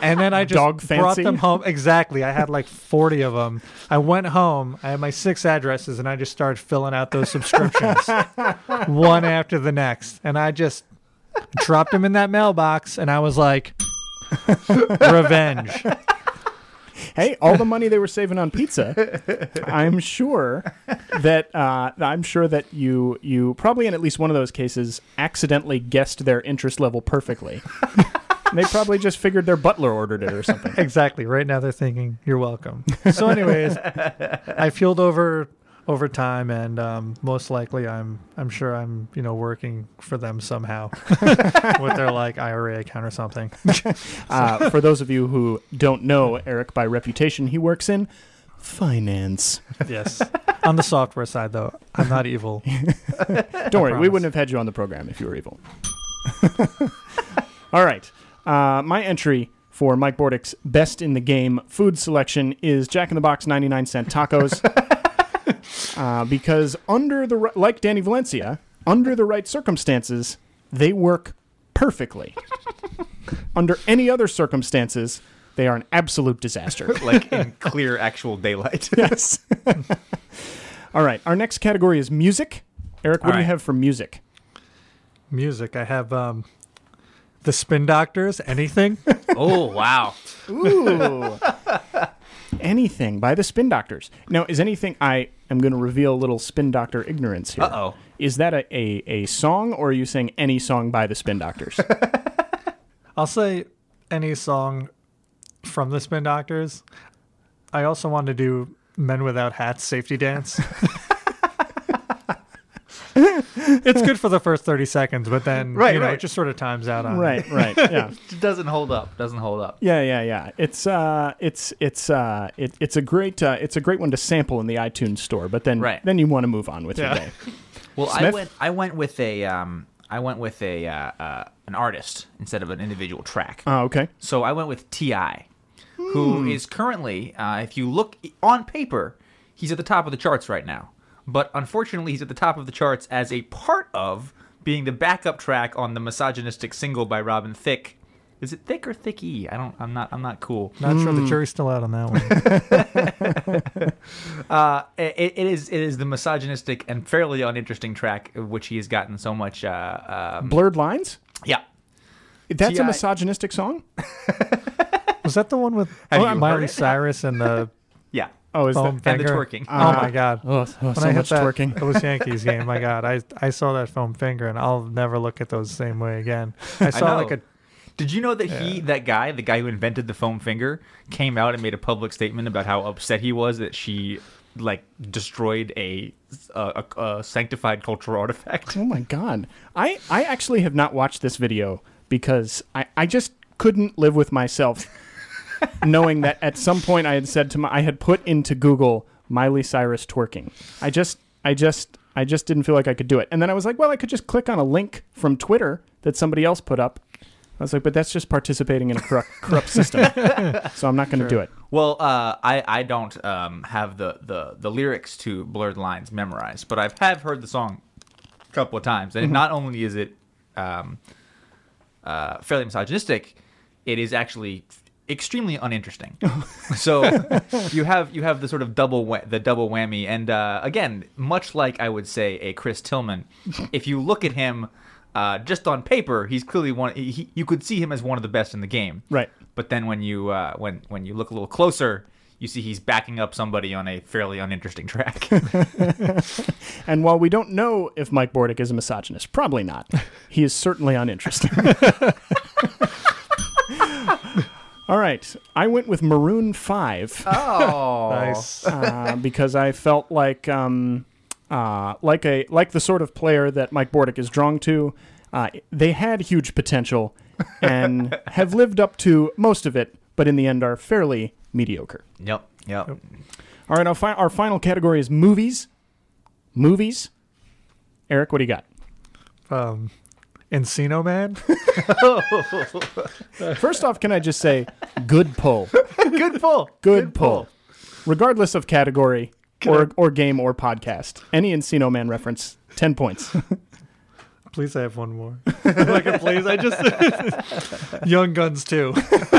And then I just
Dog
brought
fancy?
them home. Exactly, I had like forty of them. I went home. I had my six addresses, and I just started filling out those subscriptions, one after the next. And I just dropped them in that mailbox, and I was like, revenge.
hey, all the money they were saving on pizza, I'm sure that uh, I'm sure that you you probably in at least one of those cases accidentally guessed their interest level perfectly. they probably just figured their butler ordered it or something.
exactly. Right now they're thinking, "You're welcome." So, anyways, I fueled over over time, and um, most likely, I'm I'm sure I'm you know working for them somehow with their like IRA account or something.
Uh, for those of you who don't know Eric by reputation, he works in finance.
yes. On the software side, though, I'm not evil.
Don't worry, we
promise.
wouldn't have had you on the program if you were evil. All right. Uh, my entry for Mike Bordick's best in the game food selection is Jack in the Box 99 cent tacos. uh, because under the ri- like Danny Valencia, under the right circumstances, they work perfectly. under any other circumstances, they are an absolute disaster.
like in clear actual daylight.
yes. All right. Our next category is music. Eric, what
All
do you
right.
have for music?
music. I have um, the Spin Doctors. Anything?
Oh wow!
Ooh. anything by the Spin Doctors. Now, is anything I am going to reveal a little Spin Doctor ignorance here?
Uh-oh.
Is that a, a, a song or are you saying any song by the Spin Doctors?
Uh-huh.
I'll say any song from the Spin Doctors. I also want to do Men Without Hats safety dance. it's good for the first 30 seconds, but then
Right,
you know,
right.
it just sort of times out on you.
right, right. Yeah.
It doesn't hold up. Doesn't hold up.
Yeah, yeah, yeah. It's uh, it's it's uh, it, it's a great uh, it's a great one to sample in the iTunes store, but then
Right.
then you want to move on with
Yeah.
your day.
Well, I
Smith?
went. I went with a. Um, I went with a uh, uh, an artist instead of an individual
Oh,
track.
Uh, okay.
So I went with Ti, who is currently, uh, if you look on paper, he's at the top of the charts right now. But unfortunately, he's at the top of the charts as a part of being the backup track on the misogynistic single by Robin Thicke. Is it Thick or Thicky? I don't. I'm not. I'm not cool.
Not sure the jury's still out on that one.
Uh, it, it is. It is the misogynistic and fairly uninteresting track, which he has gotten so much. Uh, um,
Blurred lines.
yeah.
That's
T.I.
a misogynistic song.
Was that the one with oh,
Have you heard
Miley
it?
Cyrus and the
Yeah.
Oh, is
foam
And the
finger?
twerking. Uh,
Oh my god.
Oh, oh
When
so
I hit
much
that,
twerking.
it was Yankees game. My God, I I saw that foam finger, and I'll never look at those the same way again. I saw like
know.
a
Did you know that he, that guy, the guy who invented the foam finger, came out and made a public statement about how upset he was that she, like, destroyed a a, a, a sanctified cultural artifact?
Oh my god. I, I actually have not watched this video because I, I just couldn't live with myself knowing that at some point I had said to my I had put into Google Miley Cyrus twerking. I just I just I just didn't feel like I could do it. And then I was like, well, I could just click on a link from Twitter that somebody else put up. I was like, but that's just participating in a corrupt, corrupt system. so I'm not going to do it.
Well, uh, I I don't um, have the, the the lyrics to Blurred Lines memorized, but I have heard the song a couple of times, and not only is it um, uh, fairly misogynistic, it is actually extremely uninteresting. so you have you have the sort of double wha- the double whammy, and uh, again, much like I would say a Chris Tillman, if you look at him. Uh, just on paper, he's clearly one. He, he- you could see him as one of the best in the game,
Right.
but then when you uh, when when you look a little closer, you see he's backing up somebody on a fairly uninteresting track.
And while we don't know if Mike Bordick is a misogynist, probably not. He is certainly uninteresting. All right, I went with Maroon Five
oh,
nice.
uh, because I felt like um, uh, like a like the sort of player that Mike Bordick is drawn to. Uh, they had huge potential and have lived up to most of it, but in the end are fairly mediocre.
Yep, yep.
All right, our, fi- our final category is movies. Movies. Eric, what do you got?
Um, Encino Man.
First off, can I just say, good pull,
Good pull.
good, pull. regardless of category or, or game or podcast. Any Encino Man reference, ten points.
Please, I have one more. like a please, I just Young Guns too.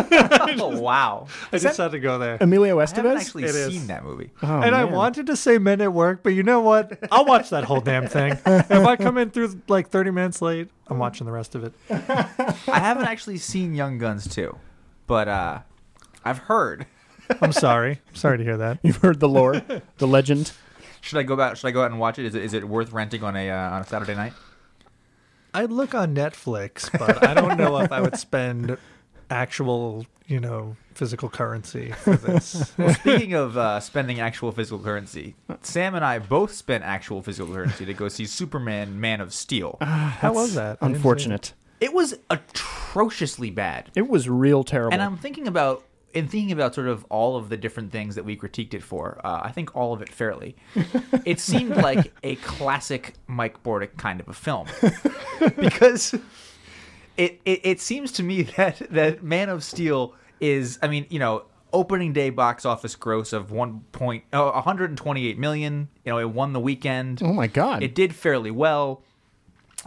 Oh, wow.
I just had to go there.
Emilio
I haven't
Estevez.
actually
It is.
seen that movie.
Oh,
and I
man.
wanted to say men at work, but you know what? I'll watch that whole damn thing. if I come in through like 30 minutes late, I'm watching the rest of it.
I haven't actually seen Young Guns too, but uh, I've heard.
I'm sorry. Sorry to hear that.
You've heard the lore, the legend.
Should I go out? Should I go out and watch it? Is it is it worth renting on a uh, on a Saturday night?
I'd look on Netflix, but I don't know if I would spend actual, you know, physical currency for this.
Speaking of uh, spending actual physical currency, Sam and I both spent actual physical currency to go see Superman: Man of Steel.
How was that? I didn't see it.
Unfortunate.
It was atrociously bad.
It was real terrible.
And I'm thinking about and thinking about sort of all of the different things that we critiqued it for. Uh, I think all of it fairly. it seemed like a classic Mike Bordick kind of a film because it, it it seems to me that that Man of Steel is. I mean, you know. Opening day box office gross of one point oh, 128 million. You know, it won the weekend.
oh my god.
It did fairly well.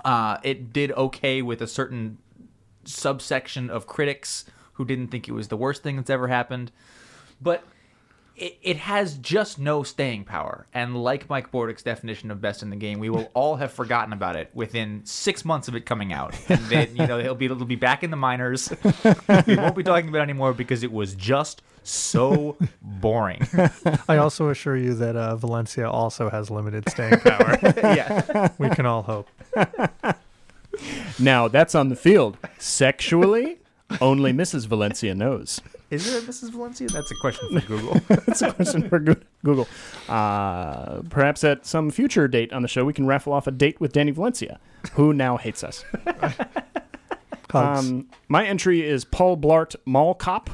Uh, it did okay with a certain subsection of critics who didn't think it was the worst thing that's ever happened. But it, it has just no staying power. And like Mike Bordick's definition of best in the game, we will all have forgotten about it within six months of it coming out. And then you know it'll be it'll be back in the minors. we won't be talking about it anymore because it was just so boring.
I also assure you that uh, Valencia also has limited staying power.
yeah,
we can all hope.
Now that's on the field. Sexually, only Mrs. Valencia knows.
is there a Mrs. Valencia? That's a question for Google.
That's a question for Goo- Google. Uh, perhaps at some future date on the show, we can raffle off a date with Danny Valencia, who now hates us.
Hugs.
Um, my entry is Paul Blart Mall Cop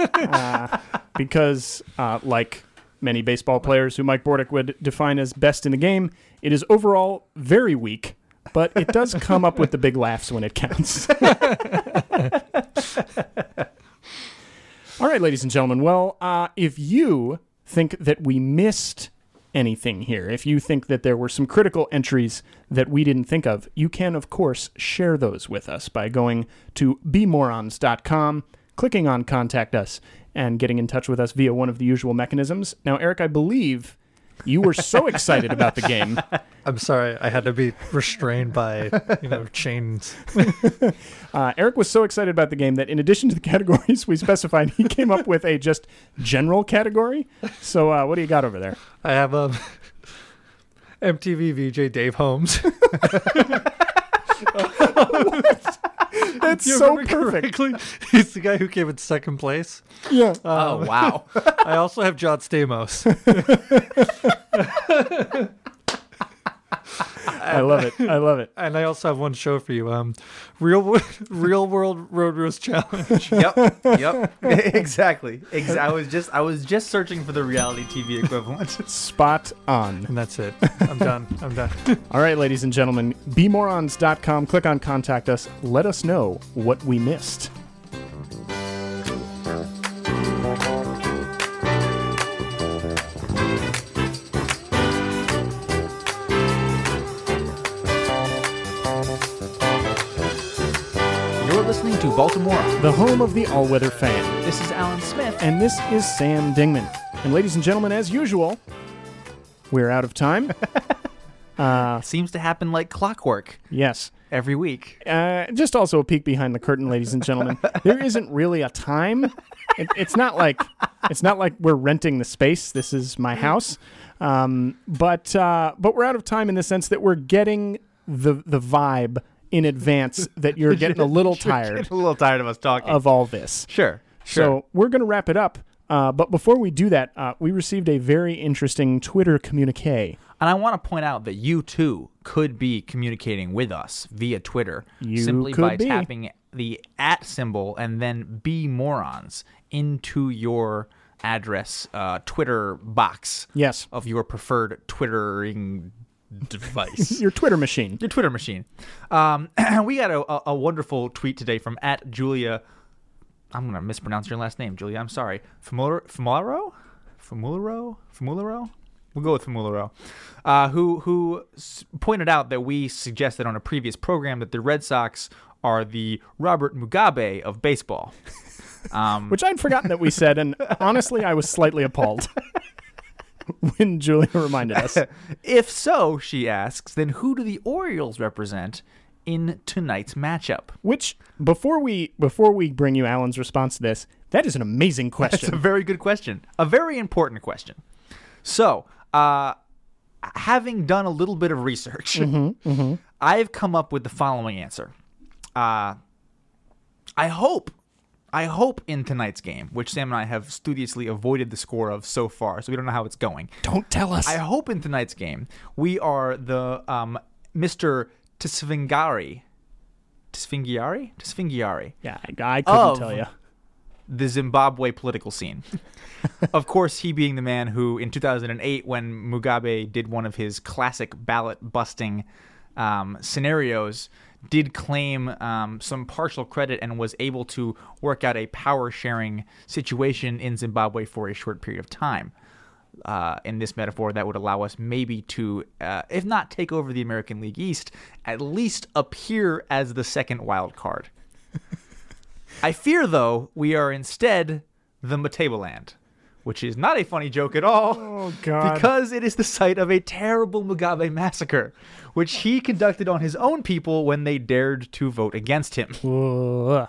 Uh, because, uh, like many baseball players who Mike Bordick would define as best in the game, it is overall very weak, but it does come up with the big laughs when it counts. All right, ladies and gentlemen. Well, uh, if you think that we missed anything here, if you think that there were some critical entries that we didn't think of, you can, of course, share those with us by going to bmorons.com, clicking on Contact Us, and getting in touch with us via one of the usual mechanisms. Now, Eric, I believe you were so excited about the game.
I'm sorry, I had to be restrained by you know chains.
Uh, Eric was so excited about the game that, in addition to the categories we specified, he came up with a just general category. So, uh, what do you got over there?
I have um, MTV VJ Dave Holmes.
That's
You
so
remember
perfect.
correctly? He's the guy who came in second place.
Yeah.
oh wow.
I also have John Stamos.
I love it. I love it.
and I also have one show for you. Um, real Wo- real world road roast challenge.
yep, yep, exactly. Ex- I was just I was just searching for the reality TV equivalent.
Spot on.
And that's it. I'm done. I'm done.
All right, ladies and gentlemen, bmorons.com. Click on contact us. Let us know what we missed.
You're listening to Baltimore.
The home of the all weather fan.
This is Alan Smith.
And this is Sam Dingman. And ladies and gentlemen, as usual, we're out of time.
It seems to happen like clockwork
yes.
every week.
Uh, just also a peek behind the curtain, ladies and gentlemen. There isn't really a time. It, it's not like it's not like we're renting the space. This is my house, um, but uh, but we're out of time in the sense that we're getting the the vibe in advance that you're getting a little tired
a little tired of us talking.
of all this.
sure, sure.
So we're going to wrap it up. Uh, but before we do that, uh, we received a very interesting Twitter communique.
and I want to point out that you too could be communicating with us via Twitter
You
simply
could
by
be.
tapping the at symbol and then be morons into your address uh, Twitter box
Yes,
of your preferred Twittering device.
your Twitter machine.
your Twitter machine. Um, we got a, a, a wonderful tweet today from at Julia. I'm gonna mispronounce your last name, Julia. I'm sorry. Famularo, Famularo, Famularo. We'll go with Famularo, uh, who who s- pointed out that we suggested on a previous program that the Red Sox are the Robert Mugabe of baseball. Um,
which I'd forgotten that we said, and honestly, I was slightly appalled when Julia reminded us.
if so, she asks, then who do the Orioles represent in tonight's matchup?
Which before we before we bring you Alan's response to this, that is an amazing
It's a
question.
very good question. A very important question. So, uh, having done a little bit of research, I've come up with the following answer. Uh, I hope, I hope in tonight's game, which Sam and I have studiously avoided the score of so far, so we don't know how it's going.
Don't tell us.
I hope in tonight's game we are the um, Mr. Tsvingari, Tsvingiari, Tsvingiari,
yeah, I, I couldn't
Of-
tell you.
the Zimbabwe political scene. of course, he being the man who, in 2008, when Mugabe did one of his classic ballot busting um, scenarios, did claim um, some partial credit and was able to work out a power sharing situation in Zimbabwe for a short period of time. Uh, in this metaphor, that would allow us maybe to, uh, if not take over the American League East, at least appear as the second wild card. I fear, though, we are instead the Matabeland, which is not a funny joke at all.
Oh, God.
Because it is the site of a terrible Mugabe massacre, which he conducted on his own people when they dared to vote against him.
Ugh.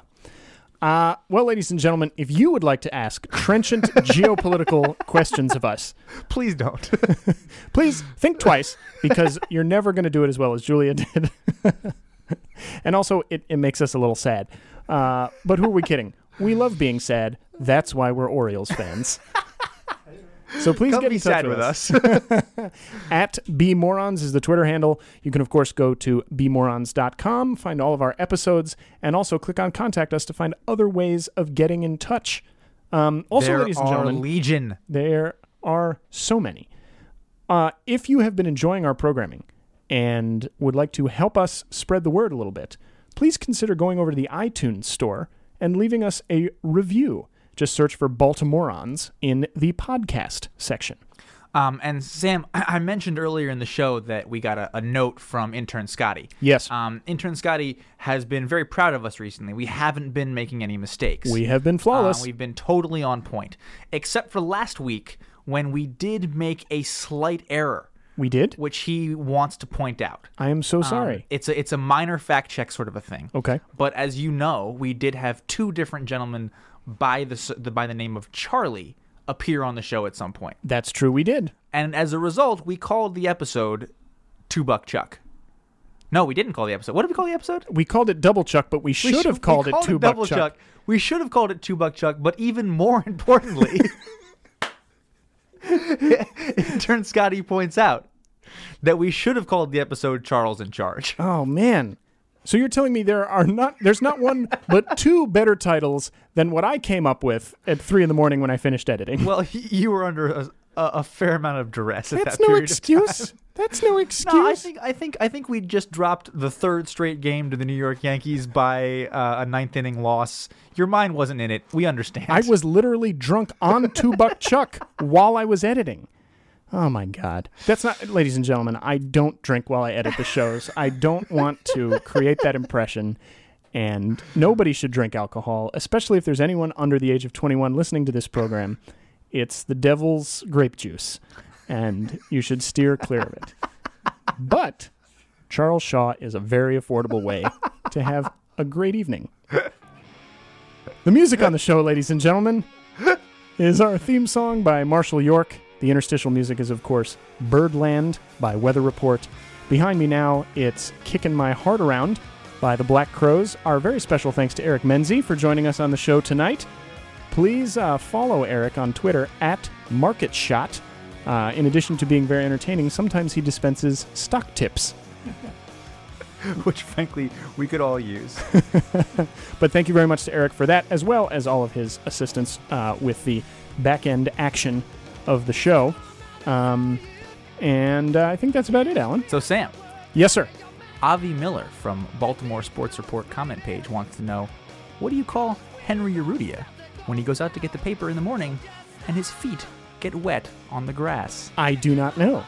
Uh, well, ladies and gentlemen, if you would like to ask trenchant geopolitical questions of us,
Please don't.
please think twice because you're never going to do it as well as Julia did. and also, it, it makes us a little sad. Uh, but who are we kidding? We love being sad. That's why we're Orioles fans. So please
Come
get
be
in touch
sad
with
with
us.
us.
At bmorons is the Twitter handle. You can, of course, go to bmorons.com, find all of our episodes, and also click on Contact Us to find other ways of getting in touch. Um, also,
there
ladies and
are
gentlemen,
legion.
there are so many. Uh, if you have been enjoying our programming and would like to help us spread the word a little bit, please consider going over to the iTunes store and leaving us a review. Just search for Baltimoreans in the podcast section.
Um, and Sam, I-, I mentioned earlier in the show that we got a, a note from intern Scotty.
Yes.
Um, intern Scotty has been very proud of us recently. We haven't been making any mistakes.
We have been
Uh,
flawless.
we've been totally on point, except for last week when we did make a slight error,
we did.
which he wants to point out.
I am so
Um,
sorry.
it's a it's a minor fact check sort of a thing.
Okay.
But as you know, we did have two different gentlemen by the, s- the by the name of Charlie appear on the show at some point,
That's true. We did.
and as a result, we called the episode Two Buck Chuck. No, we didn't call the episode. What did we call the episode?
We called it double chuck, but we should
We
have called,
we
it two buck
Double
chuck.
We should have called it two buck chuck, but even more importantly, intern Scotty points out that we should have called the episode Charles in Charge.
Oh man. So you're telling me there are not there's not one but two better titles than what I came up with at three in the morning when I finished editing.
Well, he, you were under a, a, a fair amount of duress at
That's
that
no
period. of time.
excuse. That's no excuse.
No, I think I think I think we just dropped the third straight game to the New York Yankees by uh, a ninth inning loss. Your mind wasn't in it. We understand.
I was literally drunk on Two Buck Chuck while I was editing. Oh my God. That's not, ladies and gentlemen, I don't drink while I edit the shows. I don't want to create that impression. And nobody should drink alcohol, especially if there's anyone under the age of 21 listening to this program. It's the devil's grape juice, and you should steer clear of it. But Charles Shaw is a very affordable way to have a great evening. The music on the show, ladies and gentlemen, is our theme song by Marshall York. The interstitial music is, of course, Birdland by Weather Report. Behind me now, it's Kickin' My Heart Around by the Black Crows. Our very special thanks to Eric Menzie for joining us on the show tonight. Please uh, follow Eric on Twitter at Market Shot. Uh, in addition to being very entertaining, sometimes he dispenses stock tips.
which frankly we could all use.
But thank you very much to Eric for that, as well as all of his assistance uh, with the back end action of the show. Um, and uh, I think that's about it, Alan.
so Sam,
Yes, sir.
Avi Miller from Baltimore Sports Report comment page wants to know what do you call Henry Urrutia when he goes out to get the paper in the morning and his feet get wet on the grass?
I do not know.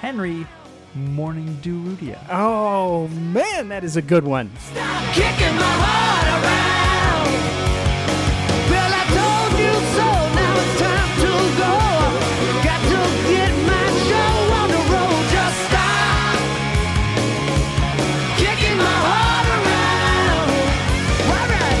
Henry Morning Dew Rudia.
Oh, man, that is a good one.
Stop kicking my heart around. Well, I told you so. Now it's time to go. Got to get my show on the road. Just stop kicking my heart around. All right.